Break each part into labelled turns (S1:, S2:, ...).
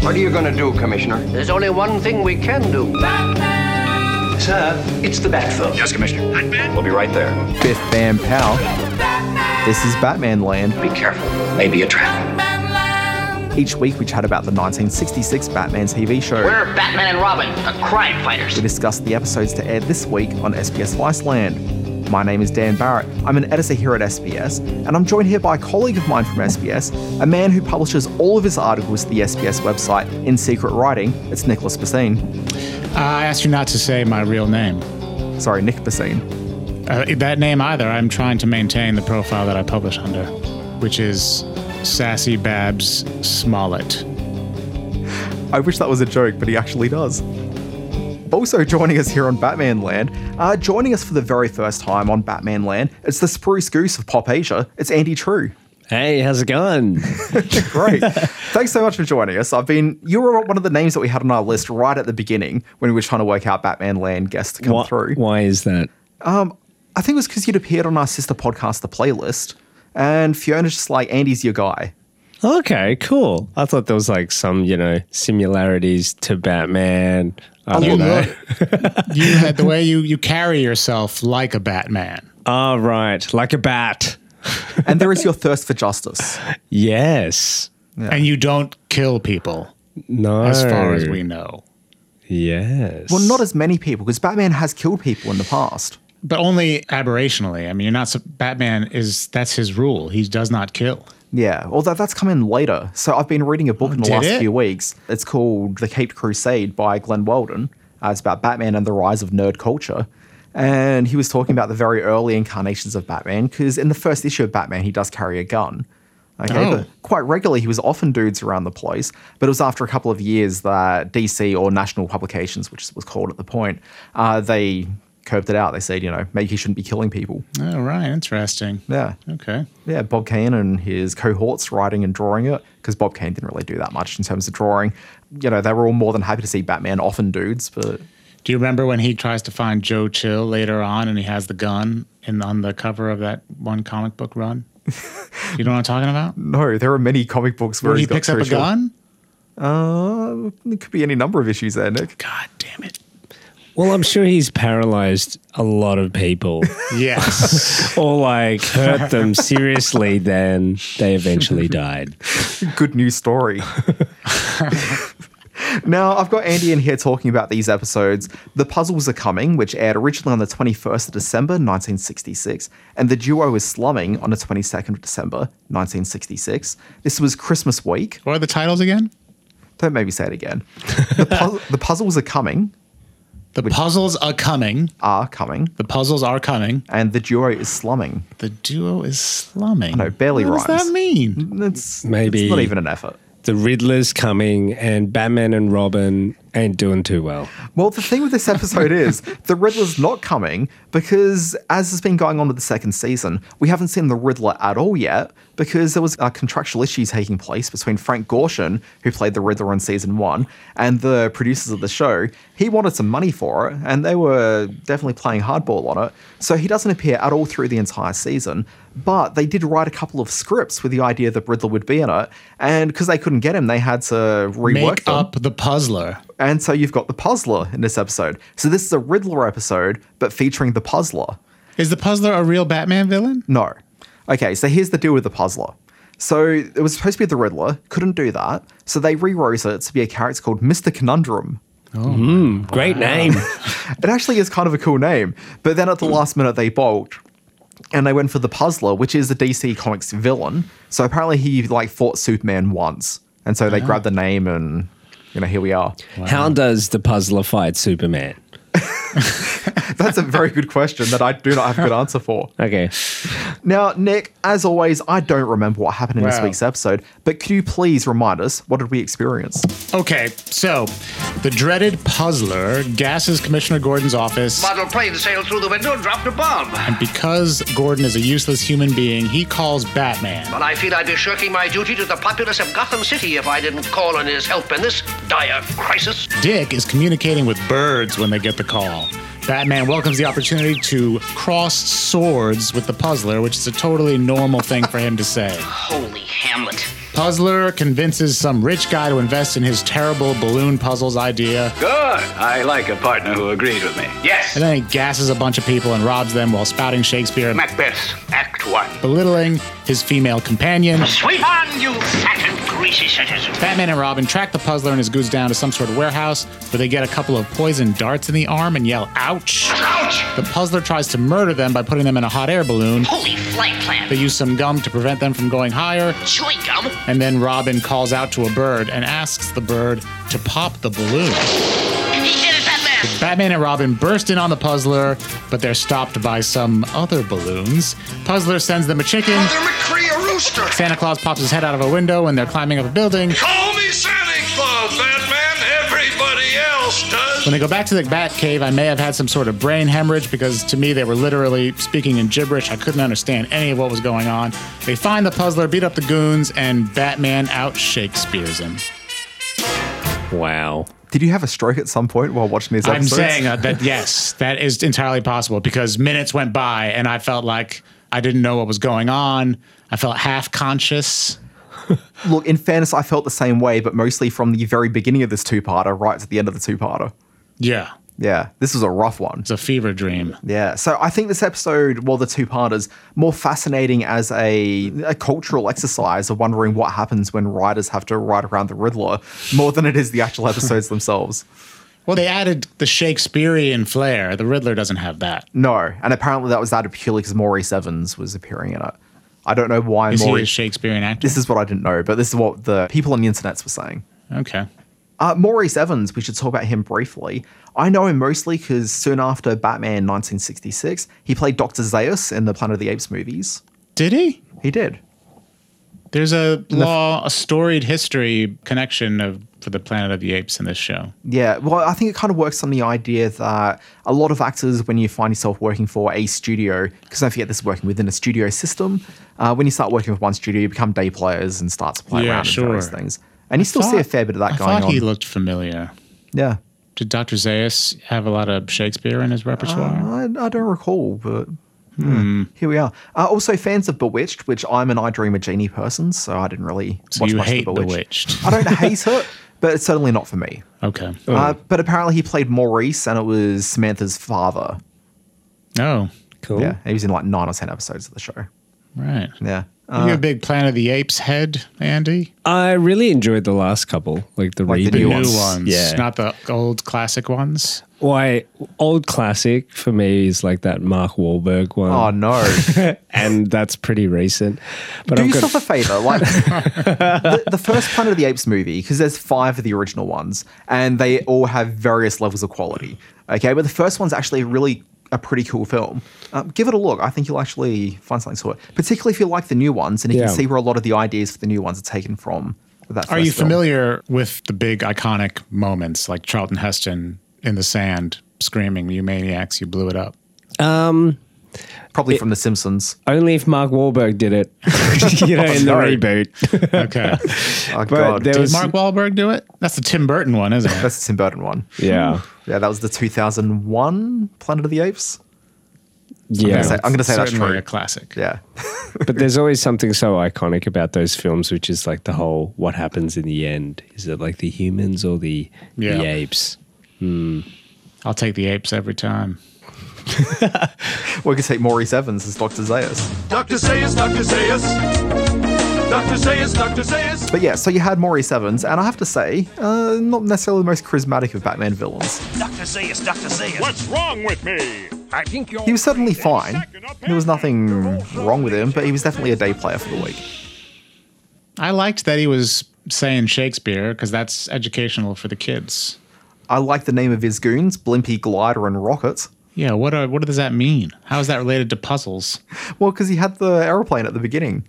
S1: What are you going to do, Commissioner?
S2: There's only one thing we can do.
S3: Sir, it's the Batphone.
S4: Yes, Commissioner. Batman? We'll be right there.
S5: Biff Bam Pow. This is Batman Land.
S4: Be careful. Maybe a trap.
S5: Each week we chat about the 1966 Batman TV show.
S6: We're Batman and Robin, the crime fighters.
S5: We discuss the episodes to air this week on SBS Land. My name is Dan Barrett. I'm an editor here at SBS, and I'm joined here by a colleague of mine from SBS, a man who publishes all of his articles to the SBS website in secret writing. It's Nicholas Bassine.
S7: I asked you not to say my real name.
S5: Sorry, Nick Bassine.
S7: Uh, that name either. I'm trying to maintain the profile that I publish under, which is Sassy Babs Smollett.
S5: I wish that was a joke, but he actually does. Also joining us here on Batman Land, uh, joining us for the very first time on Batman Land, it's the spruce goose of Pop Asia. It's Andy True.
S8: Hey, how's it going?
S5: Great. Thanks so much for joining us. I've been, you were one of the names that we had on our list right at the beginning when we were trying to work out Batman Land guests to come
S8: Why-
S5: through.
S8: Why is that?
S5: I think it was because you'd appeared on our sister podcast, The Playlist, and Fiona's just like, Andy's your guy.
S8: Okay, cool. I thought there was like some, you know, similarities to Batman. I
S5: little
S8: don't know.
S5: bit.
S7: You had the way you, you carry yourself like a Batman.
S8: Ah, right. Like a bat.
S5: and there is your thirst for justice.
S8: Yes.
S7: And you don't kill people,
S8: No.
S7: as far as we know.
S8: Yes.
S5: Well, not as many people, because Batman has killed people in the past.
S7: But only aberrationally. I mean, you're not. sup- Batman is. That's his rule. He does not kill.
S5: Yeah, although that's come in later. So I've been reading a book in the
S7: Oh, Did
S5: last
S7: it?
S5: few weeks. It's called The Caped Crusade by Glenn Weldon. Uh, it's about Batman and the rise of nerd culture. And he was talking about the very early incarnations of Batman, because in the first issue of Batman, he does carry a gun. Okay,
S7: Oh.
S5: but quite regularly, he was often dudes around the place. But it was after a couple of years that DC or National Publications, which was called at the point, uh, they curbed it out. They said, you know, maybe he shouldn't be killing people.
S7: All Oh, right. Interesting.
S5: Yeah.
S7: Okay.
S5: Yeah, Bob Kane and his cohorts writing and drawing it because Bob Kane didn't really do that much in terms of drawing. You know, they were all more than happy to see Batman often dudes, but
S7: Do you remember when he tries to find Joe Chill later on, and he has the gun in on the cover of that one comic book run? you know what I'm talking about?
S5: no, there are many comic books where
S7: Where he
S5: he's got
S7: picks up a
S5: crucial-
S7: gun.
S5: Uh, it could be any number of issues there, Nick.
S7: God damn it!
S8: well, I'm sure he's paralyzed a lot of people
S7: Yes.
S8: or like hurt them seriously, then they eventually died.
S5: Good news story. now, I've got Andy in here talking about these episodes. The Puzzles Are Coming, which aired originally on the 21st of December, 1966, and The Duo Is Slumming on the 22nd of December, 1966. This was Christmas week.
S7: what are the titles again?
S5: Don't make me say it again. The, pu- the puzzles are coming,
S7: The puzzles are coming.
S5: are coming,
S7: The puzzles are coming.
S5: and the duo is slumming.
S7: The duo is slumming.
S5: No, barely
S7: what does
S5: rhymes.
S7: that mean?
S5: It's
S8: Maybe-
S5: it's not even an effort.
S8: The Riddler's coming, and Batman and Robin ain't doing too well.
S5: Well, the thing with this episode is the Riddler's not coming because, as has been going on with the second season, we haven't seen the Riddler at all yet because there was a contractual issue taking place between Frank Gorshin, who played the Riddler in season one, and the producers of the show. He wanted some money for it, and they were definitely playing hardball on it. So he doesn't appear at all through the entire season. But they did write a couple of scripts with the idea that Riddler would be in it, and because they couldn't get him, they had to rework
S7: Make
S5: them.
S7: up the puzzler.
S5: And so you've got the puzzler in this episode. So this is a Riddler episode, but featuring the puzzler.
S7: Is the puzzler a real Batman villain?
S5: No. Okay, so here's the deal with the puzzler. So it was supposed to be the Riddler, couldn't do that. So they rewrote it to be a character called Mr. Conundrum.
S8: Great name.
S5: It actually is kind of a cool name, but then at the last minute they balked. And they went for the puzzler, which is the DC Comics villain. So apparently he like fought Superman once. And so they grabbed the name and you know, here we are.
S8: How does the puzzler fight Superman?
S5: That's a very good question that I do not have a good answer for.
S8: Okay.
S5: Now, Nick, as always, I don't remember what happened in this
S7: Wow.
S5: week's episode, but could you please remind us what did we experience?
S7: Okay, so the dreaded puzzler gasses Commissioner Gordon's office,
S2: Model plane sailed through the window and dropped a bomb.
S7: and because Gordon is a useless human being, he calls Batman.
S2: But I feel I'd be shirking my duty to the populace of Gotham City if I didn't call on his help in this dire crisis.
S7: Dick is communicating with birds when they get the call. Batman welcomes the opportunity to cross swords with the Puzzler, which is a totally normal thing for him to say.
S6: Holy Hamlet.
S7: Puzzler convinces some rich guy to invest in his terrible balloon puzzles idea,
S1: Good. I like a partner who agrees with me.
S2: Yes.
S7: and then he gasses a bunch of people and robs them while spouting Shakespeare and
S2: Macbeth, Act One.
S7: belittling his female companion.
S2: Sweep on, you fat and greasy citizen.
S7: Batman and Robin track the Puzzler and his goods down to some sort of warehouse where they get a couple of poison darts in the arm and yell, ouch!
S2: Ouch!
S7: The Puzzler tries to murder them by putting them in a hot air balloon.
S6: Holy flight plan.
S7: They use some gum to prevent them from going higher,
S6: Chewing gum.
S7: and then Robin calls out to a bird and asks the bird to pop the balloon.
S6: He did it, Batman.
S7: Batman and Robin burst in on the Puzzler, but they're stopped by some other balloons. Puzzler sends them a chicken.
S2: McCree a rooster.
S7: Santa Claus pops his head out of a window when they're climbing up a building.
S9: Call me Santa Claus, Batman. Everybody else does.
S7: When they go back to the Batcave, I may have had some sort of brain hemorrhage because to me they were literally speaking in gibberish. I couldn't understand any of what was going on. They find the Puzzler, beat up the goons, and Batman out Shakespeare's him.
S8: Wow.
S5: Did you have a stroke at some point while watching these
S7: I'm
S5: episodes?
S7: saying uh, that yes, that is entirely possible because minutes went by and I felt like I didn't know what was going on. I felt half conscious.
S5: Look, in fairness, I felt the same way, but mostly from the very beginning of this two-parter right to the end of the two-parter.
S7: Yeah,
S5: Yeah, this was a rough one.
S7: it's a fever dream.
S5: Yeah, so I think this episode, well, the two-parters, more fascinating as a, a cultural exercise of wondering what happens when writers have to write around the Riddler, more than it is the actual episodes themselves.
S7: Well, they added the Shakespearean flair. The Riddler doesn't have that.
S5: No, and apparently that was added purely because Maurice Evans was appearing in it. I don't know why
S7: Is he a
S5: Maurice.
S7: Shakespearean actor?
S5: This is what I didn't know, but this is what the people on the internets were saying.
S7: okay.
S5: Uh, Maurice Evans, we should talk about him briefly. I know him mostly because soon after Batman 1966, he played Dr. Zeus in the Planet of the Apes movies.
S7: Did he?
S5: He did.
S7: There's a law, a storied history connection of for the Planet of the Apes in this show.
S5: Yeah, well, I think it kind of works on the idea that a lot of actors, when you find yourself working for a studio, because don't forget this is working within a studio system, uh, when you start working with one studio, you become day players and start to play
S7: Yeah,
S5: around
S7: sure.
S5: and various things. And you still see a fair bit of that
S7: I
S5: going
S7: thought
S5: on.
S7: he looked familiar.
S5: yeah.
S7: Did Dr. Zaius have a lot of Shakespeare in his repertoire?
S5: I, I don't recall, but yeah,
S7: Hmm.
S5: here we are. Uh, also, fans of Bewitched, which I'm an I Dream a Genie person, so I didn't really
S7: so
S5: watch
S7: you
S5: much
S7: hate
S5: of the Uh, Bewitched.
S7: Bewitched.
S5: I don't hate it, but it's certainly not for me.
S7: okay. Oh,
S5: Uh, but apparently, he played Maurice, and it was Samantha's father.
S7: Oh,
S8: Cool.
S5: Yeah, he was in like nine or ten episodes of the show.
S7: right.
S5: Yeah.
S7: Are you a
S5: Uh,
S7: big Planet of the Apes head, Andy?
S8: I really enjoyed the last couple, like the
S5: Like the
S8: reboot.
S5: new
S7: New
S5: ones.
S7: ones,
S8: Yeah.
S7: not the old classic ones.
S8: Why old classic for me is like that Mark Wahlberg one,
S5: oh no!
S8: and that's pretty recent. But
S5: Do
S8: I've got
S5: yourself a favor, like the, the first Planet of the Apes movie, because there's five of the original ones, and they all have various levels of quality. Okay, but the first one's actually really a pretty cool film. Um, give it a look. I think you'll actually find something to it, particularly if you like the new ones, and you
S8: Yeah.
S5: can see where a lot of the ideas for the new ones are taken from. That
S7: Are
S5: first
S7: you
S5: film.
S7: familiar with the big iconic moments like Charlton Heston in the sand screaming, You maniacs, you blew it up?
S5: Probably from The Simpsons.
S8: only if Mark Wahlberg did it, you know, in the
S5: no.
S8: reboot.
S7: Okay.
S5: Oh
S8: But
S5: god,
S8: there
S7: Did
S8: was
S7: Mark Wahlberg do it? That's the Tim Burton one, isn't it?
S5: that's the Tim Burton one.
S8: yeah,
S5: Yeah, that was the 2001 Planet of the Apes.
S8: yeah.
S5: say- I'm gonna say that's
S7: Certainly
S5: true.
S7: a classic.
S5: Yeah.
S8: But there's always something so iconic about those films, which is like the whole what happens in the end. Is it like the humans or the,
S7: Yeah.
S8: the apes?
S7: I'll take the apes every time.
S5: We could take Maurice Evans as Dr. Zeus.
S9: Dr. Zeus, Dr. Zeus. Dr. Zeus, Dr. Zeus.
S5: But yeah, so you had Maurice Evans, and I have to say, uh, not necessarily the most charismatic of Batman villains.
S9: Dr. Zeus, Dr. Zeus.
S10: What's wrong with me? I think you're.
S5: He was certainly fine. There was nothing wrong with him, but he was definitely a day player for the week.
S7: I liked that he was saying Shakespeare because that's educational for the kids.
S5: I like the name of his goons, Blimpy, Glider, and Rocket.
S7: Yeah, what are, what does that mean? How is that related to puzzles?
S5: Well, because he had the aeroplane at the beginning.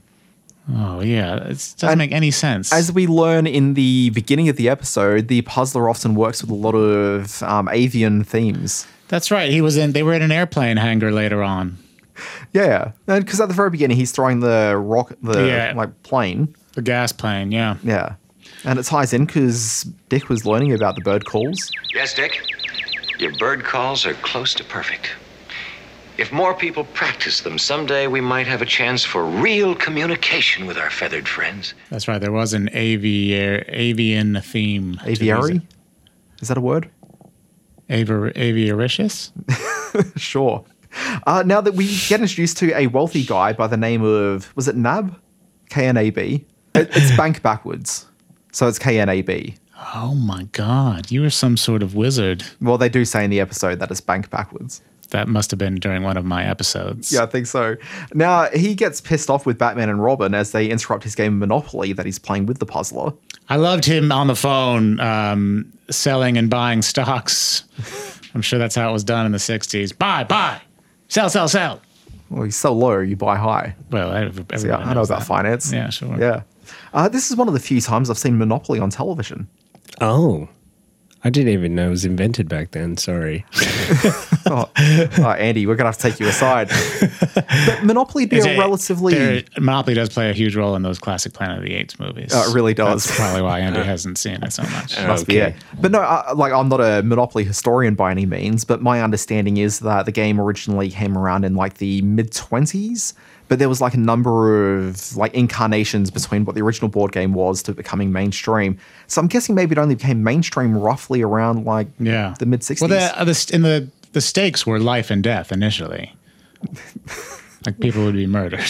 S7: Oh yeah, it doesn't
S5: And
S7: make any sense.
S5: As we learn in the beginning of the episode, the puzzler often works with a lot of um, avian themes.
S7: That's right. He was in. They were in an airplane hangar later on.
S5: Yeah, because at the very beginning, he's throwing the rocket, the
S7: Yeah.
S5: like plane.
S7: The gas plane. Yeah.
S5: Yeah. And it ties in because Dick was learning about the bird calls.
S2: Yes, Dick.
S4: Your bird calls are close to perfect. If more people practice them, someday we might have a chance for real communication with our feathered friends.
S7: That's right. There was an aviar, avian theme. to
S5: Aviary?
S7: music.
S5: Is that a word?
S7: Aviar, aviaricious?
S5: Sure. Uh, now that we get introduced to a wealthy guy by the name of, was it Nab? KNAB. It- it's bank backwards. So it's KNAB.
S7: Oh my God. You were some sort of wizard.
S5: Well, they do say in the episode that it's bank backwards.
S7: That must have been during one of my episodes.
S5: Yeah, I think so. Now, he gets pissed off with Batman and Robin as they interrupt his game of Monopoly that he's playing with the puzzler.
S7: I loved him on the phone um, selling and buying stocks. I'm sure that's how it was done in the 60s. Buy, buy, sell, sell, sell.
S5: Well, you sell low, you buy high.
S7: Well, every- everybody
S5: Yeah, I know
S7: knows
S5: about
S7: that.
S5: finance.
S7: Yeah, sure.
S5: Yeah. Uh, this is one of the few times I've seen Monopoly on television.
S8: Oh, I didn't even know it was invented back then. Sorry.
S5: Oh, Andy, we're going to have to take you aside. but Monopoly would be
S7: Is
S5: a
S7: it-
S5: relatively.
S7: there- Monopoly does play a huge role in those classic Planet of the Apes movies.
S5: Uh, it really does.
S7: That's probably why Andy hasn't seen it so much.
S5: Must be it. But no, I, like I'm not a Monopoly historian by any means, but my understanding is that the game originally came around in like the mid 20s, but there was like a number of like incarnations between what the original board game was to becoming mainstream. So I'm guessing maybe it only became mainstream roughly around like
S7: Yeah,
S5: the mid 60s.
S7: Well, the, uh, the st- and the the stakes were life and death initially. like people would be murdered.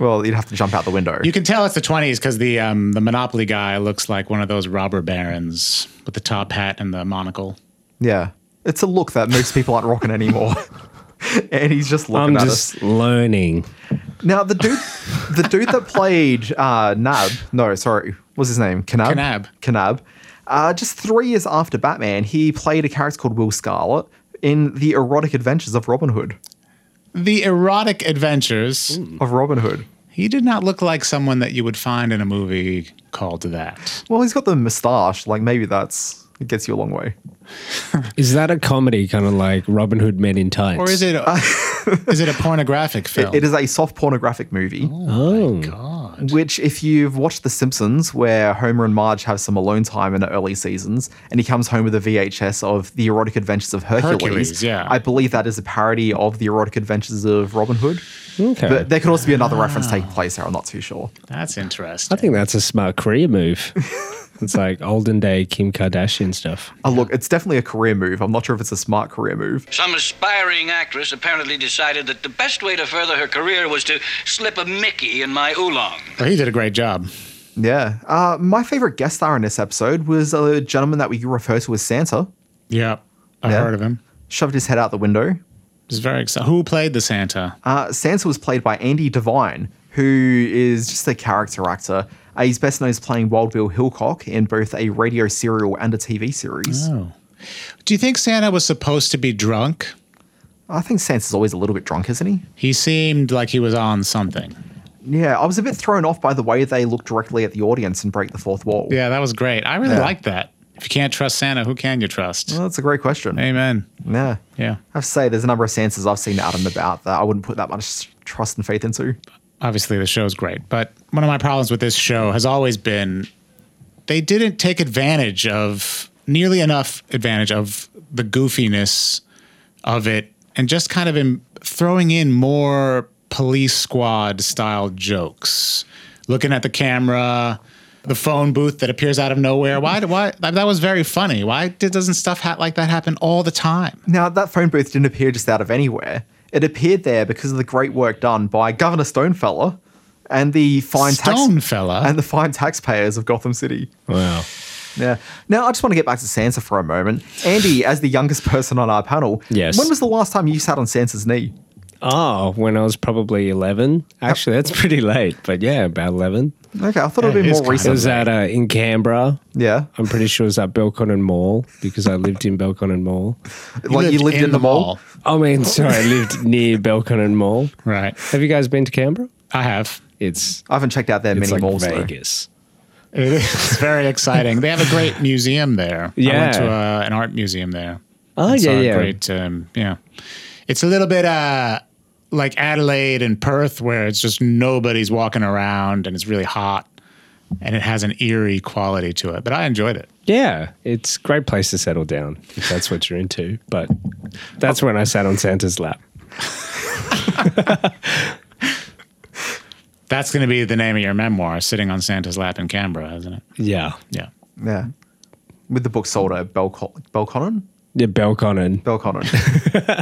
S5: well, you'd have to jump out the window.
S7: You can tell it's the 20s because the um, the Monopoly guy looks like one of those robber barons with the top hat and the monocle.
S5: yeah. It's a look that most people aren't rocking anymore. and he's just looking
S8: I'm
S5: at us.
S8: just learning.
S5: Now the dude, the dude that played uh, Nab, no, sorry, what's his name? Kanab.
S7: Kanab.
S5: Kanab. Uh, just three years after Batman, he played a character called Will Scarlet in the erotic adventures of Robin Hood.
S7: The erotic adventures.
S5: Of Robin Hood.
S7: He did not look like someone that you would find in a movie called that.
S5: Well, he's got the moustache. Like maybe that's it gets you a long way.
S8: Is that a comedy kind of like Robin Hood Men in Tights?
S7: Or is it? A, is it a pornographic film?
S5: It is a soft pornographic movie.
S8: Oh,
S5: Which, if you've watched The Simpsons, where Homer and Marge have some alone time in the early seasons, and he comes home with a VHS of The Erotic Adventures of Hercules,
S7: Hercules, yeah.
S5: I believe that is a parody of The Erotic Adventures of Robin Hood.
S8: okay.
S5: But there could also be another reference taking
S7: Ah.
S5: place there, I'm not too sure.
S7: That's
S8: I
S7: interesting.
S8: think that's a smart career move. it's like olden day Kim Kardashian stuff.
S5: Oh, look, it's definitely a career move. I'm not sure if it's a smart career move.
S2: Some aspiring actress apparently decided that the best way to further her career was to slip a Mickey in my oolong.
S7: Well, he did a great job.
S5: Yeah. Uh, my favorite guest star in this episode was a gentleman that we refer to as Santa,
S7: Yeah, I've
S5: Yeah.
S7: heard of him.
S5: shoved his head out the window,
S7: It's very exciting. Who played the Santa?
S5: Uh, Sansa was played by Andy Devine, who is just a character actor. Uh, he's best known as playing Wild Bill Hilcock in both a radio serial and a TV series.
S7: oh, do you think Santa was supposed to be drunk?
S5: I think Sansa's always a little bit drunk, isn't he?
S7: He seemed like he was on something.
S5: Yeah, I was a bit thrown off by the way they look directly at the audience and break the fourth wall.
S7: Yeah, that was great. I really
S5: Yeah.
S7: liked that. If you can't trust Santa, who can you trust?
S5: Well, that's a great question.
S7: Amen.
S5: Yeah.
S7: Yeah.
S5: I have to say, there's a number of Sansas I've seen out and about that I wouldn't put that much trust and faith into.
S7: Obviously, the show's great, but one of my problems with this show has always been they didn't take advantage of nearly enough advantage of the goofiness of it and just kind of in, throwing in more police squad style jokes, looking at the camera. The phone booth that appears out of nowhere. Why? Why? That was very funny. Why did, doesn't stuff ha- like that happen all the time?
S5: Now, that phone booth didn't appear just out of anywhere. It appeared there because of the great work done by Governor Stonefeller and the fine
S7: Stone
S5: tax-
S7: fella.
S5: and the fine taxpayers of Gotham City.
S8: Wow.
S5: Yeah. Now, I just want to get back to Sansa for a moment. Andy, as the youngest person on our panel,
S8: Yes.
S5: when was the last time you sat on Sansa's knee?
S8: Oh, when I was probably 11. Actually, that's pretty late, but yeah, about 11.
S5: Okay, I thought it
S7: Yeah,
S5: would
S7: it
S5: be
S7: is
S5: more
S7: kind of-
S8: It was
S5: recent.
S8: at uh, in Canberra.
S5: Yeah.
S8: I'm pretty sure it was at Belconnen Mall because I lived in Belconnen Mall.
S5: like you lived in, the mall?
S8: I mean, sorry, I lived near Belconnen Mall.
S7: Right.
S8: Have you guys been to Canberra?
S7: I have.
S8: It's
S5: I haven't checked out their
S8: it's
S5: many
S8: like
S5: malls though.
S8: Vegas.
S7: It's very exciting. They have a great museum there. I
S8: Yeah.
S7: went to uh, an art museum there.
S8: Oh
S7: And saw
S8: yeah,
S7: a
S8: yeah.
S7: Great, um, yeah. It's a little bit uh, like Adelaide and Perth, where it's just nobody's walking around and it's really hot. and it has an eerie quality to it. But I enjoyed it.
S8: Yeah, it's a great place to settle down if that's what you're into. But that's when I sat on Santa's lap.
S7: That's going to be the name of your memoir, Sitting on Santa's Lap in Canberra, isn't it?
S8: Yeah.
S7: Yeah.
S5: Yeah. With the book sold at Belco- Belconnen?
S8: Yeah, Belconnen.
S5: Belconnen.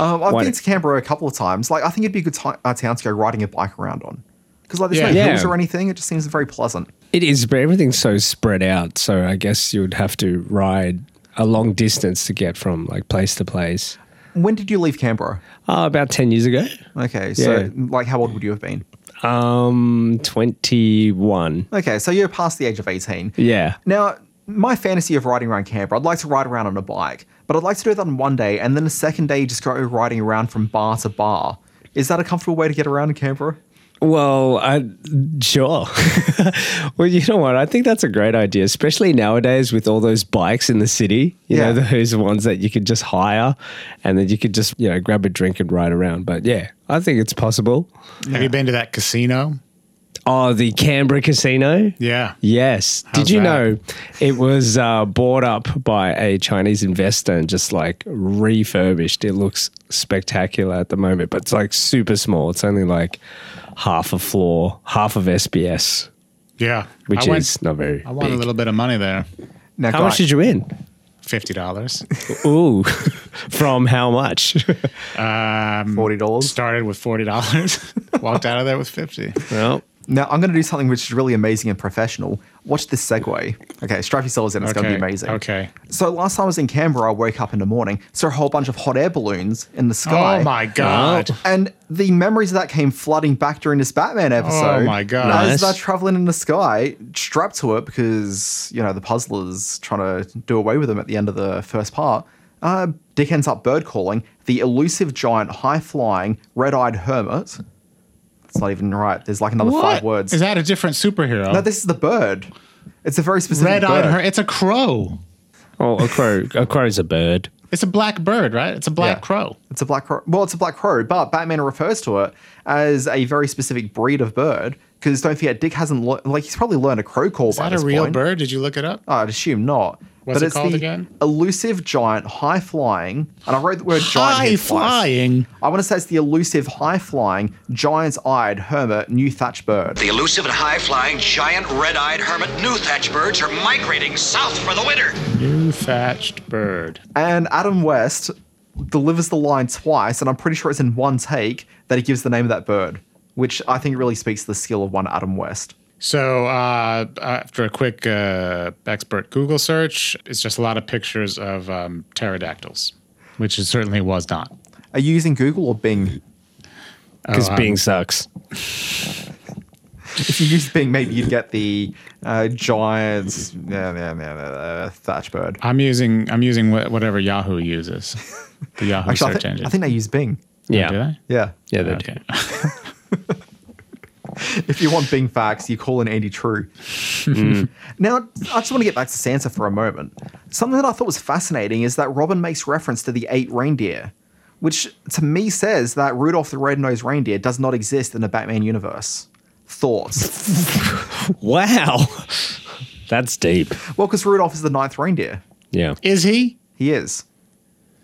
S5: um, I've
S8: Why
S5: been
S8: not?
S5: to Canberra a couple of times. Like, I think it'd be a good ti uh, town to go riding a bike around on. Because, like, there's no
S8: Yeah.
S5: hills
S8: Yeah.
S5: or anything. It just seems very pleasant.
S8: It is, but everything's so spread out. So I guess you'd have to ride a long distance to get from like place to place.
S5: When did you leave Canberra?
S8: Oh, about 10 years ago.
S5: Okay, so,
S8: Yeah.
S5: like, how old would you have been?
S8: Um, 21.
S5: Okay, so you're past the age of 18.
S8: Yeah.
S5: Now, my fantasy of riding around Canberra, I'd like to ride around on a bike, but I'd like to do that on one day and then the second day just go riding around from bar to bar. Is that a comfortable way to get around in Canberra?
S8: Well, I, sure. well, you know what? I think that's a great idea, especially nowadays with all those bikes in the city. You know,
S5: Yeah.
S8: those ones that you could just hire and then you could just, you know, grab a drink and ride around. But yeah, I think it's possible.
S7: Have you been to that casino?
S8: Oh, the Canberra Casino?
S7: Yeah.
S8: Yes.
S7: How's
S8: Did you
S7: that?
S8: know it was uh, bought up by a Chinese investor and just like refurbished? It looks spectacular at the moment, but it's like super small. It's only like half a floor, half of SBS,
S7: Yeah.
S8: which
S7: I went-
S8: is not very.
S7: I won
S8: big.
S7: a little bit of money there.
S5: Now,
S8: How much
S5: guy-
S8: did you win?
S7: Fifty dollars.
S8: Ooh, from how much?
S5: $40?
S7: Started with forty dollars. Walked out of there with fifty.
S8: well,
S5: Now, I'm going to do something which is really amazing and professional. Watch this segue. Okay, strap yourselves in. It's going to be amazing.
S7: Okay.
S5: So, last time I was in Canberra, I woke up in the morning, saw a whole bunch of hot air balloons in the sky.
S7: Oh my god.
S5: And the memories of that came flooding back during this Batman episode.
S7: Oh my God.
S5: As
S8: Nice.
S5: they're traveling in the sky, strapped to it because you know the puzzler's trying to do away with them at the end of the first part. Uh, Dick ends up bird calling the elusive giant, high flying, red eyed hermit. It's not even right. There's like another five words.
S7: Is that a different superhero?
S5: no, this is the bird. It's a very specific
S7: Red eyed
S5: bird.
S7: her. It's a crow.
S8: oh, a crow. A crow's a bird.
S7: It's a black bird, right? It's a black
S5: Yeah.
S7: crow.
S5: It's a black crow. Well, it's a black crow, but Batman refers to it as a very specific breed of bird. Because don't forget, Dick hasn't le- like he's probably learned a crow call.
S7: Is that a real bird? Did you look it up?
S5: I'd assume not.
S7: What's
S5: but
S7: it
S5: it's
S7: called
S5: the
S7: again?
S5: Elusive giant, high flying, and I wrote the word giant.
S7: High
S5: here twice.
S7: flying.
S5: I want to say it's the elusive, high flying, giant eyed hermit, new thatch bird.
S4: The elusive and high flying giant red eyed hermit new thatch birds are migrating south for the winter.
S7: New thatched bird.
S5: And Adam West delivers the line twice, and I'm pretty sure it's in one take that he gives the name of that bird, which I think really speaks to the skill of one Adam West.
S7: So uh, after a quick uh, expert Google search, it's just a lot of pictures of um, pterodactyls, which it certainly was not.
S5: Are you using Google or Bing?
S8: Because
S7: Oh, um,
S8: Bing sucks.
S5: If you used Bing, maybe you'd get the uh, giant yeah, yeah, yeah, uh, thatch bird.
S7: I'm using I'm using wh- whatever Yahoo uses, the Yahoo
S5: Actually, I,
S7: search
S5: thi-
S7: engine.
S5: I think they use Bing.
S8: Yeah.
S7: Do they?
S5: Yeah.
S8: Yeah, they do.
S7: Okay.
S5: If you want Bing facts, you call in Andy True. now, I just want to get back to Sansa for a moment. Something that I thought was fascinating is that Robin makes reference to the eight reindeer, which to me says that Rudolph the Red-Nosed Reindeer does not exist in the Batman universe. Thoughts?
S8: Wow. That's deep.
S5: well, because Rudolph is the ninth reindeer.
S8: Yeah.
S7: Is he?
S5: He is.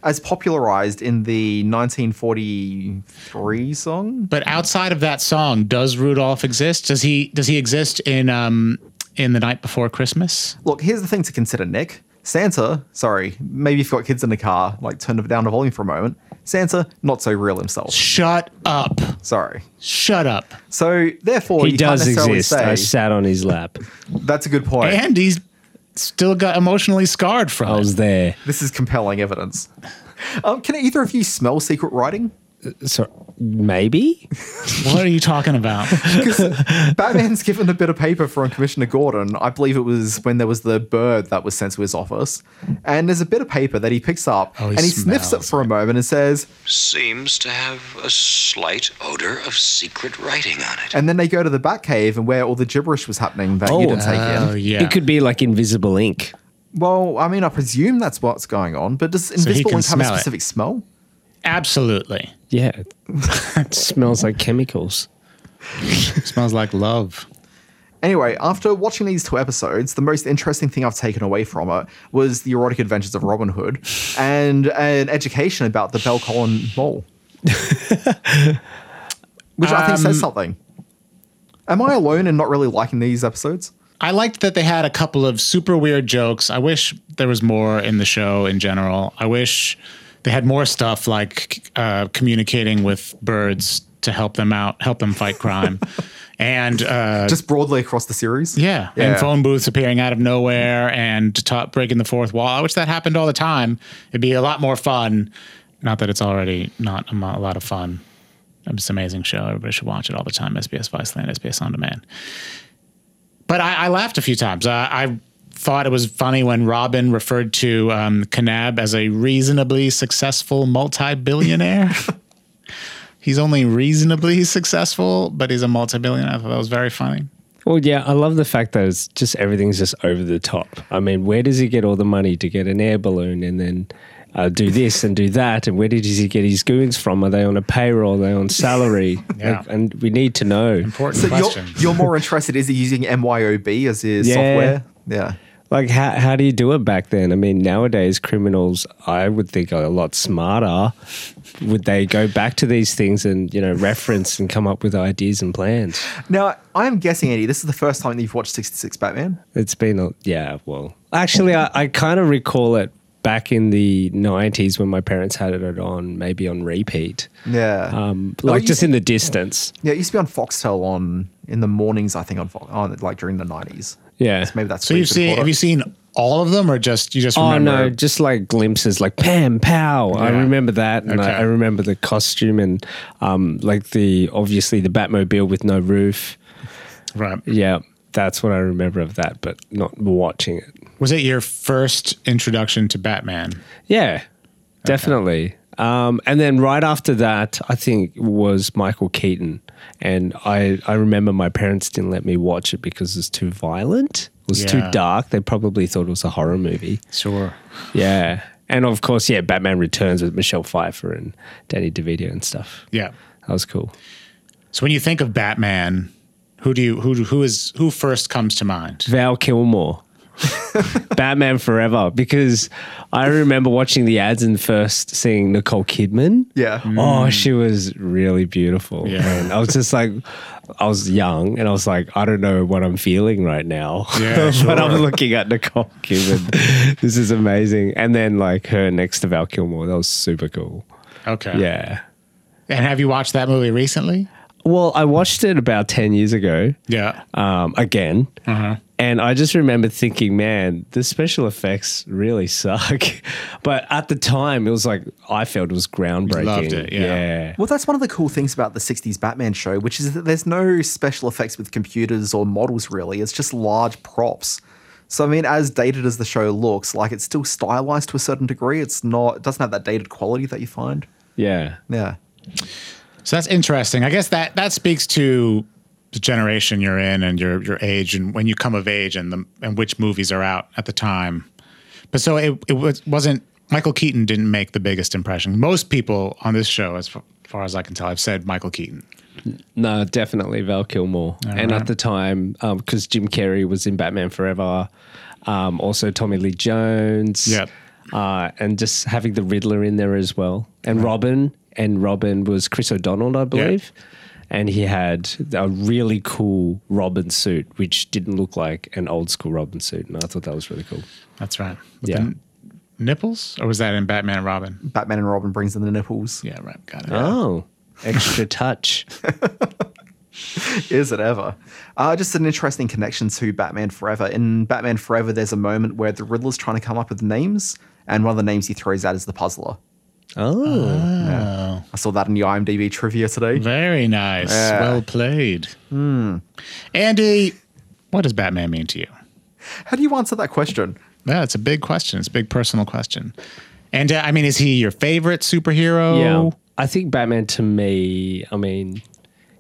S5: As popularized in the 1943 song?
S7: But outside of that song, does Rudolph exist? Does he does he exist in um in the night before Christmas?
S5: Look, here's the thing to consider, Nick. Santa, sorry, maybe if you've got kids in the car, like turn down the volume for a moment. Santa, not so real himself.
S7: Shut up.
S5: Sorry.
S7: Shut up.
S5: So therefore,
S8: He
S5: you
S8: does
S5: can't necessarily
S8: exist. I
S5: Say,
S8: sat on his lap.
S5: That's a good point.
S7: And he's still got emotionally scarred from
S8: I
S7: it.
S8: was there.
S5: this is compelling evidence. Um, can either of you smell secret writing?
S8: So maybe
S7: What are you talking about?
S5: Batman's given a bit of paper from Commissioner Gordon. I believe it was when there was the bird that was sent to his office. And there's a bit of paper that he picks up
S7: Oh, he
S5: and he sniffs it
S7: smells
S5: for a moment and says,
S4: Seems to have a slight odor of secret writing on it.
S5: and then they go to the Batcave and where all the gibberish was happening that you didn't take
S7: Oh
S5: in.
S7: yeah.
S8: it could be like invisible ink.
S5: Well, I mean, I presume that's what's going on, but does Invisible
S7: can
S5: Ink have a
S7: smell it.
S5: specific smell?
S7: absolutely.
S8: Yeah, it smells like chemicals.
S7: Smells like love.
S5: Anyway, after watching these two episodes, the most interesting thing I've taken away from it was the erotic adventures of Robin Hood and an education about the Belconnen Mall. Which I think says something. Am I alone in not really liking these episodes?
S7: I liked that they had a couple of super weird jokes. I wish there was more in the show in general. I wish they had more stuff like uh, communicating with birds to help them out, help them fight crime. and uh,
S5: Just broadly across the series?
S7: yeah,
S5: Yeah.
S7: and phone booths appearing out of nowhere and top, breaking the fourth wall. I wish that happened all the time. It'd be a lot more fun. Not that it's already not a mo- a lot of fun. It's an amazing show. Everybody should watch it all the time. SBS Viceland, SBS On Demand. But I, I laughed a few times. I, I thought it was funny when Robin referred to um, Kanab as a reasonably successful multi-billionaire. he's only reasonably successful, but he's a multi-billionaire. I thought that was very funny.
S8: Well, yeah, I love the fact that it's just everything's just over the top. I mean, where does he get all the money to get an air balloon and then uh, do this and do that? And where did he get his goons from? Are they on a payroll? Are they on salary?
S7: Yeah.
S8: Like, and we need to know.
S7: Important
S5: So you're,
S7: question.
S5: you're more interested, is he using MYOB as his
S8: Yeah.
S5: software? Yeah.
S8: Like, how, how do you do it back then? I mean, nowadays, criminals, I would think, are a lot smarter. Would they go back to these things and, you know, reference and come up with ideas and plans?
S5: Now, I'm guessing, Eddie, this is the first time that you've watched 66 Batman.
S8: It's been a yeah. Well, actually, I, I kind of recall it back in the '90s when my parents had it on, maybe on repeat,
S5: Yeah.
S8: um,
S5: Oh,
S8: like
S5: you
S8: just
S5: said-
S8: in the distance.
S5: Yeah, it used to be on Foxtel on in the mornings, I think, on, Fox, on like during the 90s.
S8: Yeah.
S5: So maybe that's
S7: So
S5: where
S7: you've
S5: should have
S7: seen?
S5: caught
S7: Have
S5: it.
S7: you seen all of them, or just you just
S8: Oh
S7: remember?
S8: no! Just like glimpses, like Pam Pow. I
S7: Yeah.
S8: remember that, and
S7: Okay.
S8: I, I remember the costume and um, like the obviously the Batmobile with no roof.
S7: Right.
S8: Yeah, that's what I remember of that, but not watching it.
S7: Was it your first introduction to Batman?
S8: Yeah, definitely. Um, and then right after that, I think was Michael Keaton, and I I remember my parents didn't let me watch it because it's too violent. It was too
S7: Yeah.
S8: dark. They probably thought it was a horror movie.
S7: Sure.
S8: Yeah. And of course, yeah, Batman Returns with Michelle Pfeiffer and Danny DeVito and stuff.
S7: Yeah.
S8: That was cool.
S7: So when you think of Batman, who do you who who is who first comes to mind?
S8: Val Kilmore. Batman Forever because I remember watching the ads and first seeing Nicole Kidman.
S5: Yeah.
S7: Mm.
S8: Oh, she was really beautiful.
S7: Yeah.
S8: And I was just like, I was young and I was like, I don't know what I'm feeling right now.
S7: Yeah,
S8: but I'm
S7: sure.
S8: looking at Nicole Kidman. this is amazing. And then like her next to Val Kilmore. That was super cool.
S7: Okay.
S8: Yeah.
S7: And have you watched that movie recently?
S8: Well, I watched it about 10 years ago.
S7: Yeah.
S8: um, again.
S7: Uh-huh.
S8: And I just remember thinking, man, the special effects really suck. but at the time, it was like, I felt it was groundbreaking.
S7: Loved it, yeah.
S5: Well, that's one of the cool things about the 60s Batman show, which is that there's no special effects with computers or models, really. It's just large props. So, I mean, as dated as the show looks, like it's still stylized to a certain degree. It's not, it doesn't have that dated quality that you find.
S8: Yeah.
S5: Yeah.
S7: So that's interesting. I guess that that speaks to the generation you're in and your your age and when you come of age and the and which movies are out at the time. But so it it was, wasn't Michael Keaton didn't make the biggest impression. Most people on this show, as fa- far as I can tell, have said Michael Keaton.
S8: No, definitely Val Kilmore. and at the time, because Jim Carrey was in Batman Forever, um, also Tommy Lee Jones.
S7: Yep.
S8: Uh, and just having the Riddler in there as well. And Robin. And Robin was Chris O'Donnell, I believe. And he had a really cool Robin suit, which didn't look like an old school Robin suit. And I thought that was really cool.
S7: That's right. With
S8: Yeah.
S7: the n- nipples, or was that in Batman and Robin?
S5: Batman and Robin brings in the nipples.
S7: Yeah, right. Got it.
S8: Oh, extra touch.
S5: Is it ever? Uh, just an interesting connection to Batman Forever. In Batman Forever, there's a moment where the Riddler's trying to come up with names, and one of the names he throws out is the Puzzler.
S8: Oh, Mm.
S5: I saw that in the IMDb trivia today.
S7: Very nice. Well played. Andy, what does Batman mean to you?
S5: How do you answer that question?
S7: Yeah, it's a big question. It's a big personal question. And uh, I mean, is he your favorite superhero?
S8: yeah. I think Batman to me, I mean,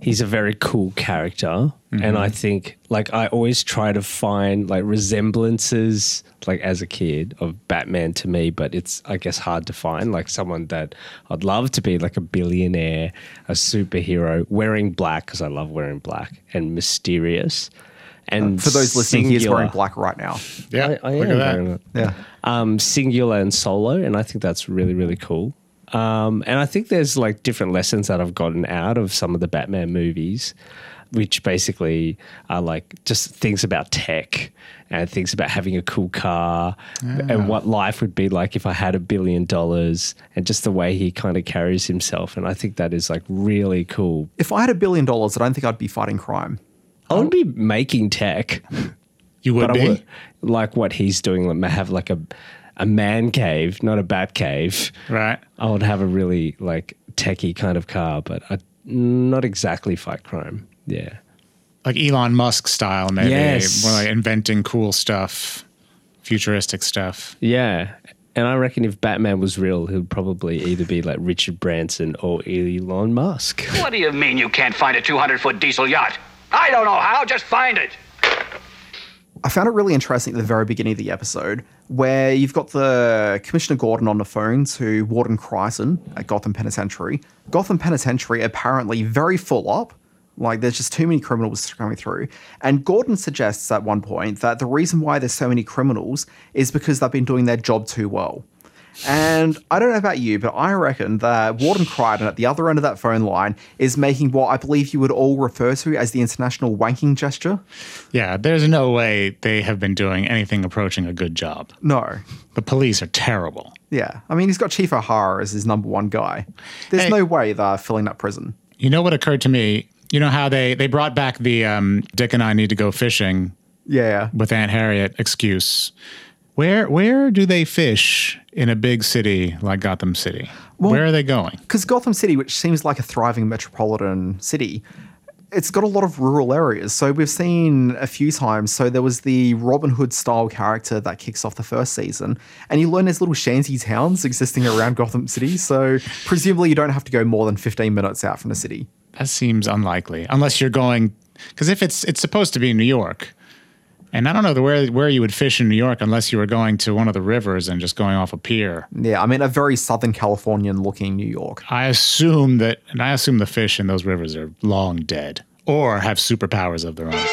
S8: he's a very cool character.
S7: Mm-hmm.
S8: And I think, like, I always try to find, like, resemblances, like, as a kid of Batman to me, but it's, I guess, hard to find. Like, someone that I'd love to be, like, a billionaire, a superhero, wearing black, because I love wearing black, and mysterious. and
S5: For those listening, he is
S8: singular.
S5: wearing black right now.
S7: Yeah,
S8: I, I
S7: look
S8: am
S7: at that.
S8: wearing it.
S5: Yeah.
S8: um, singular and solo, and I think that's really really cool. Um, and I think there's like different lessons that I've gotten out of some of the Batman movies, which basically are like just things about tech and things about having a cool car and what life would be like if I had a billion dollars and just the way he kind of carries himself. And I think that is like really cool.
S5: If I had a billion dollars, I don't think I'd be fighting crime.
S8: I would be making tech.
S7: You would
S8: but I
S7: be.
S8: would, like what he's doing, like have like a a man cave, not a bat cave.
S7: Right.
S8: I would have a really like techie kind of car, but I not exactly fight crime. Yeah.
S7: Like Elon Musk style, maybe.
S8: Yes.
S7: More like inventing cool stuff, futuristic stuff.
S8: Yeah. And I reckon if Batman was real, he'd probably either be like Richard Branson or Elon Musk.
S2: What do you mean you can't find a 200 foot diesel yacht? I don't know how, just find it.
S5: I found it really interesting at the very beginning of the episode where you've got the Commissioner Gordon on the phone to Warden Kryson at Gotham Penitentiary. Gotham Penitentiary apparently very full up. Like there's just too many criminals coming through. And Gordon suggests at one point that the reason why there's so many criminals is because they've been doing their job too well. And I don't know about you, but I reckon that Warden Crichton at the other end of that phone line is making what I believe you would all refer to as the international wanking gesture.
S7: Yeah, there's no way they have been doing anything approaching a good job.
S5: No,
S7: The police are terrible.
S5: Yeah. I mean, he's got Chief O'Hara as his number one guy. There's
S7: Hey.
S5: no way they're filling that prison.
S7: You know what occurred to me? You know how they, they brought back the um, Dick and I need to go fishing
S5: Yeah.
S7: with Aunt Harriet excuse. Where where do they fish in a big city like Gotham City? where are they going?
S5: Because Gotham City, which seems like a thriving metropolitan city, it's got a lot of rural areas. So we've seen a few times. So there was the Robin Hood style character that kicks off the first season, and you learn there's little shanty towns existing around Gotham City. So presumably you don't have to go more than 15 minutes out from the city.
S7: That seems unlikely, unless you're going. Because if it's it's supposed to be New York, and I don't know the, where where you would fish in New York unless you were going to one of the rivers and just going off a pier.
S5: Yeah. I mean, a very Southern Californian looking New York.
S7: I assume that, and I assume the fish in those rivers are long dead or have superpowers of their own.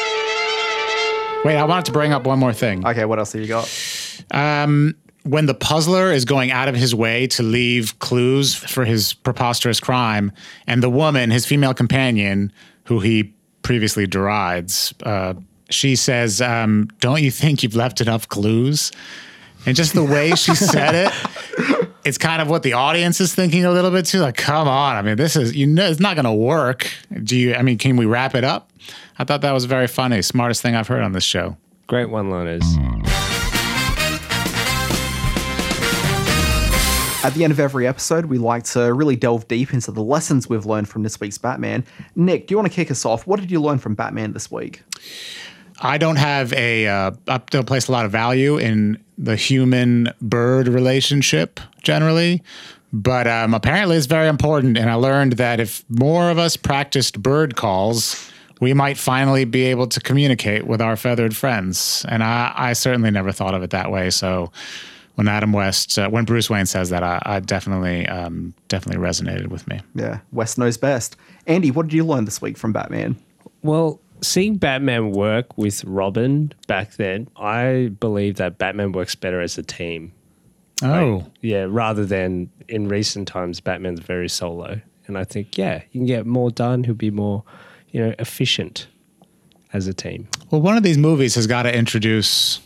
S7: Wait, I wanted to bring up one more thing.
S5: Okay. What else have you got?
S7: when the puzzler is going out of his way to leave clues for his preposterous crime, and the woman, his female companion, who he previously derides, uh, she says, um, "Don't you think you've left enough clues?" And just the way she said it, it's kind of what the audience is thinking a little bit too. Like, come on, I mean, this is you know, it's not going to work. Do you? I mean, can we wrap it up? I thought that was very funny, smartest thing I've heard on this show.
S8: Great one liners.
S5: At the end of every episode, we like to really delve deep into the lessons we've learned from this week's Batman. Nick, do you want to kick us off? What did you learn from Batman this week?
S7: I don't have a. Uh, I don't place a lot of value in the human bird relationship generally, but um, apparently it's very important. And I learned that if more of us practiced bird calls, we might finally be able to communicate with our feathered friends. And I, I certainly never thought of it that way. So when Adam West, uh, when Bruce Wayne says that, I, I definitely, um, definitely resonated with me.
S5: Yeah, West knows best. Andy, what did you learn this week from Batman?
S8: Well, seeing Batman work with Robin back then, I believe that Batman works better as a team.
S7: Oh,
S8: Yeah, rather than in recent times, Batman's very solo. And I think, yeah, you can get more done. He'll be more, you know, efficient as a team.
S7: Well, one of these movies has got to introduce.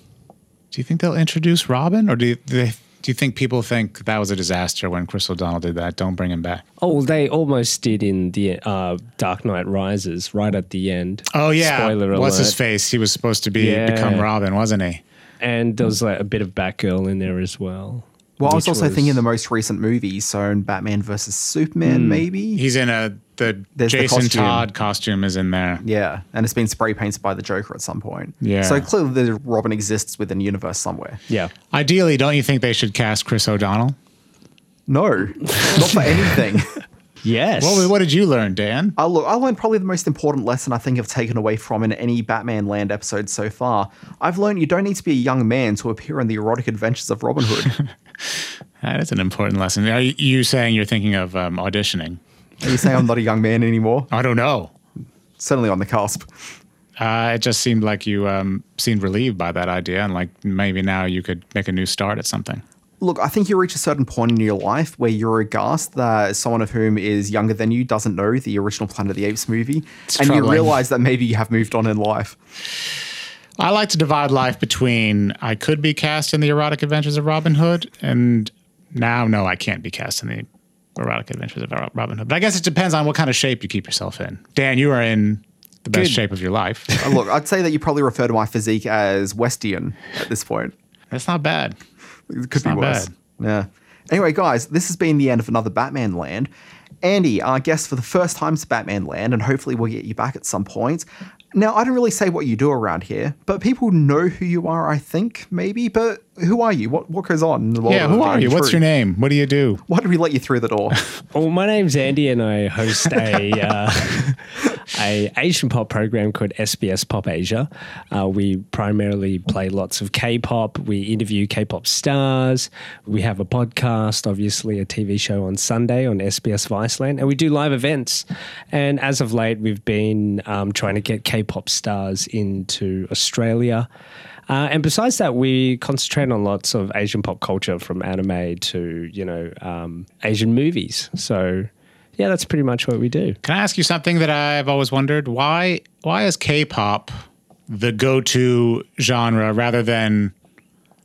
S7: Do you think they'll introduce Robin, or do you, do, they, do you think people think that was a disaster when Chris O'Donnell did that? Don't bring him back.
S8: Oh, well, they almost did in the uh, Dark Knight Rises right at the end.
S7: Oh yeah,
S8: spoiler alert.
S7: what's his face? He was supposed to be
S8: Yeah.
S7: become Robin, wasn't he?
S8: And there was like a bit of Batgirl in there as well.
S5: Well, I was
S8: which
S5: also thinking the most recent movie, so in Batman versus Superman, maybe?
S7: He's in a the
S5: There's the
S7: Jason
S5: costume.
S7: Todd costume is in there.
S5: yeah, and it's been spray painted by the Joker at some point.
S7: Yeah.
S5: So clearly the Robin exists within the universe somewhere.
S8: yeah.
S7: Ideally, don't you think they should cast Chris O'Donnell?
S5: No, not for anything.
S8: Yes.
S7: What, what did you learn, Dan?
S5: I, Uh, look, I learned probably the most important lesson I think I've taken away from in any Batman Land episode so far. I've learned you don't need to be a young man to appear in the erotic adventures of Robin Hood.
S7: That is an important lesson. Are you saying you're thinking of um, auditioning?
S5: Are you saying I'm not a young man anymore?
S7: I don't know.
S5: Certainly on the cusp.
S7: Uh, it just seemed like you um, seemed relieved by that idea, and like maybe now you could make a new start at something.
S5: Look, I think you reach a certain point in your life where you're aghast that someone of whom is younger than you doesn't know the original Planet of the Apes movie,
S7: It's
S5: and you
S7: troubling.
S5: realize that maybe you have moved on in life.
S7: I like to divide life between I could be cast in the erotic adventures of Robin Hood, and now no, I can't be cast in the erotic adventures of Ro- Robin Hood. But I guess it depends on what kind of shape you keep yourself in. Dan, you are in the best
S8: Good.
S7: shape of your life.
S5: Uh, Look, I'd say that you probably refer to my physique as Westian at this point.
S7: That's not bad.
S5: It could be
S7: not
S5: worse.
S7: bad.
S5: Yeah. Anyway, guys, this has been the end of another Batman Land. Andy, our guest for the first time to Batman Land, and hopefully we'll get you back at some point. Now, I don't really say what you do around here, but people know who you are, I think, maybe. But who are you? What what goes on? In the world
S7: yeah,
S5: of
S7: who
S5: the
S7: are
S5: Dying
S7: you? What's
S5: Tree?
S7: your name? What do you do?
S5: Why did we let you through the door?
S8: Well, Oh, my name's Andy, and I host a uh, a Asian pop program called SBS Pop Asia. Uh, we primarily play lots of K-pop. We interview K-pop stars. We have a podcast, obviously a TV show on Sunday on SBS Viceland, and we do live events. And as of late, we've been um, trying to get K-pop stars into Australia. Uh, and besides that, we concentrate on lots of Asian pop culture, from anime to you know um, Asian movies. So, yeah, that's pretty much what we do.
S7: Can I ask you something that I've always wondered? Why why is K-pop the go-to genre rather than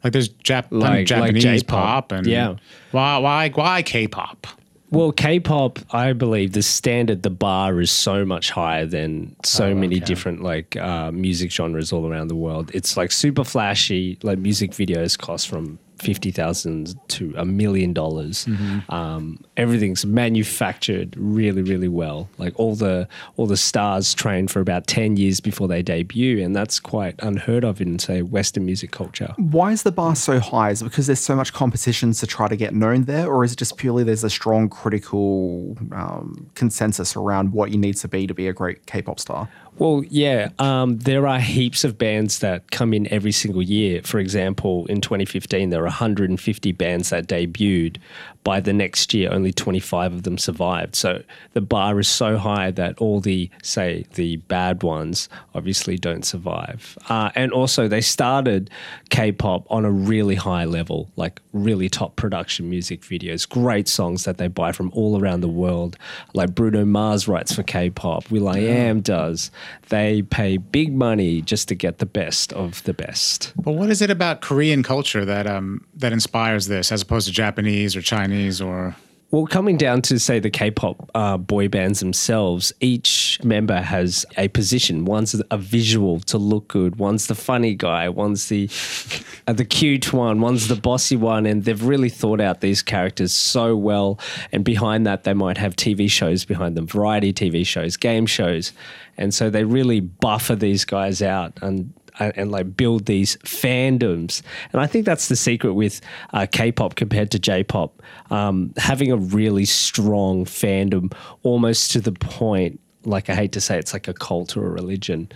S7: like there's Jap-
S8: Like- like
S7: Japanese
S8: J-pop.
S7: pop and
S8: Yeah.
S7: why why why K-pop?
S8: Well, K-pop, I believe the standard, the bar is so much higher than so many different like uh, music genres all around the world. It's like super flashy. Like music videos cost from fifty thousand to a million dollars. Um, Everything's manufactured really, really well. Like all the all the stars train for about ten years before they debut, and that's quite unheard of in say Western music culture.
S5: Why is the bar so high? Is it because there's so much competition to try to get known there, or is it just purely there's a strong critical um, consensus around what you need to be to be a great K-pop star?
S8: Well, yeah, um, there are heaps of bands that come in every single year. For example, in 2015, there were 150 bands that debuted. By the next year, only 25 of them survived. So the bar is so high that all the, say, the bad ones obviously don't survive. Uh, and also, they started K pop on a really high level, like really top production music videos, great songs that they buy from all around the world. Like Bruno Mars writes for K pop, Will I Am does. They pay big money just to get the best of the best.
S7: But what is it about Korean culture that um that inspires this as opposed to Japanese or Chinese or
S8: Well, coming down to say the K-pop uh, boy bands themselves, each member has a position. One's a visual to look good. One's the funny guy. One's the uh, the cute one. One's the bossy one. And they've really thought out these characters so well. And behind that, they might have TV shows behind them, variety TV shows, game shows, and so they really buffer these guys out and uh, and, and like build these fandoms. And I think that's the secret with uh, K-pop compared to J-pop, um, having a really strong fandom, almost to the point. Like I hate to say, it's like a cult or a religion.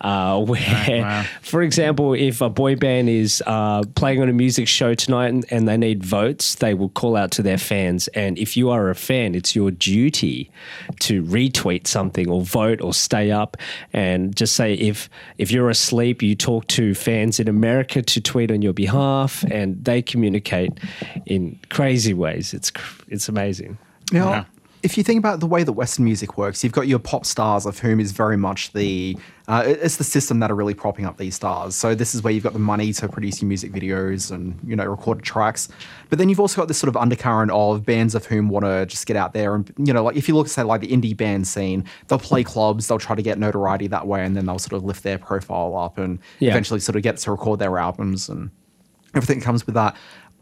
S8: Uh, where, for example, if a boy band is uh, playing on a music show tonight and, and they need votes, they will call out to their fans. And if you are a fan, it's your duty to retweet something or vote or stay up and just say if if you're asleep, you talk to fans in America to tweet on your behalf, and they communicate in crazy ways. It's cr- it's amazing.
S5: Now, if you think about the way that Western music works, you've got your pop stars, of whom is very much the uh, it- it's the system that are really propping up these stars. So this is where you've got the money to produce your music videos and you know recorded tracks. But then you've also got this sort of undercurrent of bands of whom want to just get out there and you know like if you look at say like the indie band scene, they'll play clubs, they'll try to get notoriety that way, and then they'll sort of lift their profile up and
S8: Yeah.
S5: eventually sort of get to record their albums and everything that comes with that.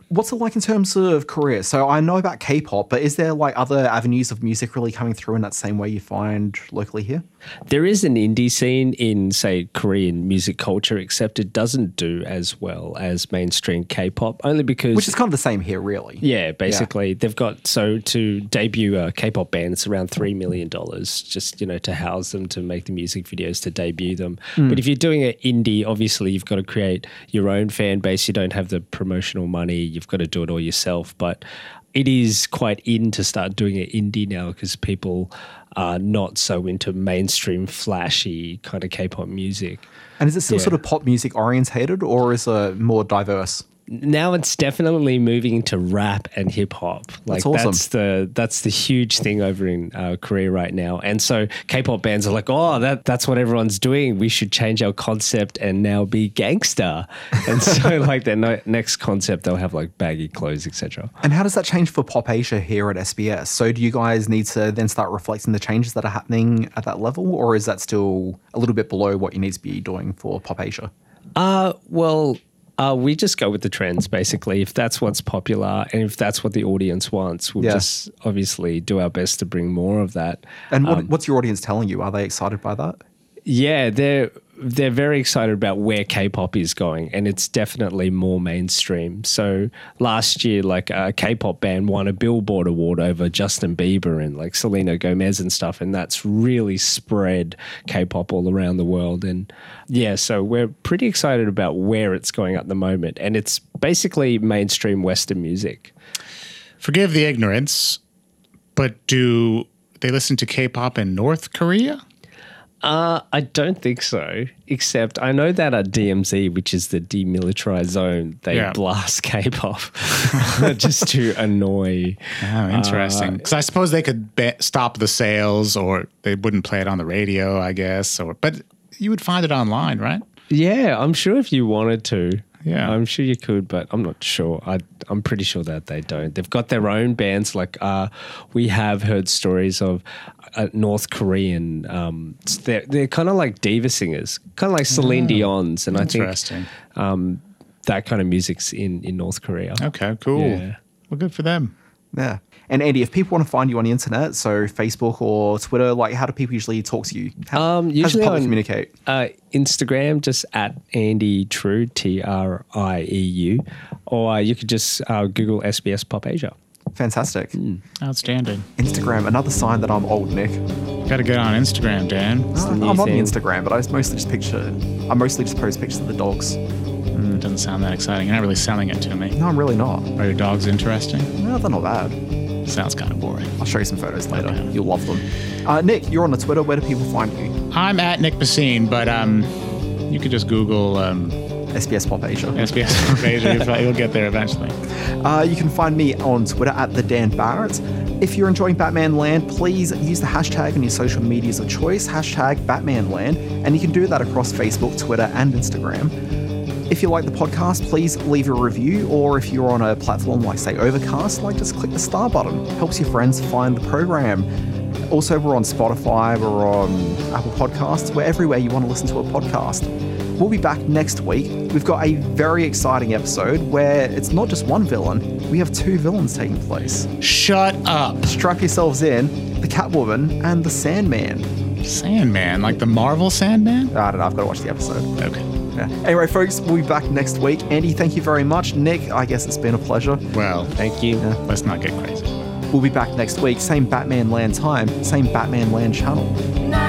S5: What's it like in terms of career? So I know about K-pop, but is there like other avenues of music really coming through in that same way you find locally here?
S8: there is an indie scene in say Korean music culture, except it doesn't do as well as mainstream K-pop, only because
S5: Which is kind of the same here, really.
S8: yeah, basically they've got so to debut a K-pop band, it's around three million dollars just you know to house them, to make the music videos, to debut them. But if you're doing it indie, obviously you've got to create your own fan base. You don't have the promotional money. You've got to do it all yourself, but. it is quite in to start doing it indie now because people are not so into mainstream flashy kind of K-pop music.
S5: And is it still
S8: Yeah.
S5: sort of pop music orientated, or is it more diverse?
S8: now it's definitely moving into rap and hip hop. Like
S5: awesome.
S8: the that's the huge thing over in uh, Korea right now. And so K-pop bands are like, oh, that that's what everyone's doing. We should change our concept and now be gangster. And so like their no- next concept, they'll have like baggy clothes, etc.
S5: And how does that change for Pop Asia here at SBS? So do you guys need to then start reflecting the changes that are happening at that level, or is that still a little bit below what you need to be doing for Pop Asia?
S8: Uh, well, uh, we just go with the trends, basically. If that's what's popular and if that's what the audience wants, we'll
S5: Yeah.
S8: just obviously do our best to bring more of that.
S5: And what,
S8: Um,
S5: what's your audience telling you? Are they excited by that?
S8: yeah, they're they're very excited about where K-pop is going, and it's definitely more mainstream. So last year, like a K-pop band won a Billboard award over Justin Bieber and like Selena Gomez and stuff, and that's really spread K-pop all around the world. And yeah, so we're pretty excited about where it's going at the moment, and it's basically mainstream Western music.
S7: Forgive the ignorance, but do they listen to K-pop in North Korea?
S8: I don't think so. Except I know that at DMZ, which is the demilitarized zone, they
S7: Yeah.
S8: blast K-pop just to annoy.
S7: Oh, interesting. Because I suppose they could be- stop the sales, or they wouldn't play it on the radio, I guess. Or but you would find it online, right?
S8: Yeah, I'm sure if you wanted to.
S7: Yeah.
S8: I'm sure you could, but I'm not sure. I, I'm pretty sure that they don't. They've got their own bands. Like uh, we have heard stories of uh, North Korean. Um, s- they're they're kind of like diva singers, kind of like Celine Dion's, and I think
S7: Ah, Interesting.
S8: um, that kind of music's in in North Korea.
S7: Okay, cool.
S8: Yeah.
S7: Well, good for them.
S5: Yeah. And Andy, if people want to find you on the internet, so Facebook or Twitter, like how do people usually talk to you? How,
S8: Um,
S5: how does the
S8: usually
S5: public
S8: on-
S5: communicate?
S8: uh, Instagram, just at Andy True, T R I E U, or you could just uh, Google SBS Pop Asia.
S5: Fantastic.
S8: Hmm.
S7: Outstanding.
S5: Instagram, another sign that I'm old, Nick.
S7: Got to get on Instagram, Dan.
S5: I'm
S8: new
S5: on the
S8: thing.
S5: Instagram, but I just mostly just picture. I mostly just post pictures of the dogs.
S7: It doesn't sound that exciting. You're not really selling it to me.
S5: No, I'm really not.
S7: Are your dogs interesting?
S5: No, they're not bad.
S7: Sounds kind of boring.
S5: I'll show you some photos later.
S7: Okay.
S5: You'll love them. Uh, Nick, you're on the Twitter. Where do people find you?
S7: I'm at Nick Bassine, but um, you could just Google um,
S5: SBS Pop Asia.
S7: SBS Asia. You'll probably- You'll get there eventually.
S5: Uh, you can find me on Twitter at the Dan Barrett. If you're enjoying Batman Land, please use the hashtag on your social medias of choice, hashtag BatmanLand, and you can do that across Facebook, Twitter, and Instagram. If you like the podcast, please leave a review, or if you're on a platform like, say, Overcast, like just click the star button. Helps your friends find the program. Also, we're on Spotify, we're on Apple Podcasts, we're everywhere you want to listen to a podcast. We'll be back next week. We've got a very exciting episode where it's not just one villain, we have two villains taking place.
S7: Shut up,
S5: Strap yourselves in the Catwoman and the Sandman. Ah,
S7: Sandman. Like the Marvel Sandman.
S5: I don't know, I've got to watch the episode.
S7: Okay.
S5: Yeah. Anyway, folks, we'll be back next week. Andy, thank you very much. Nick, I guess it's been a pleasure.
S7: Well,
S8: Thank you.
S7: let's not get crazy.
S5: We'll be back next week, same Batman Land time, same Batman Land channel.
S6: Now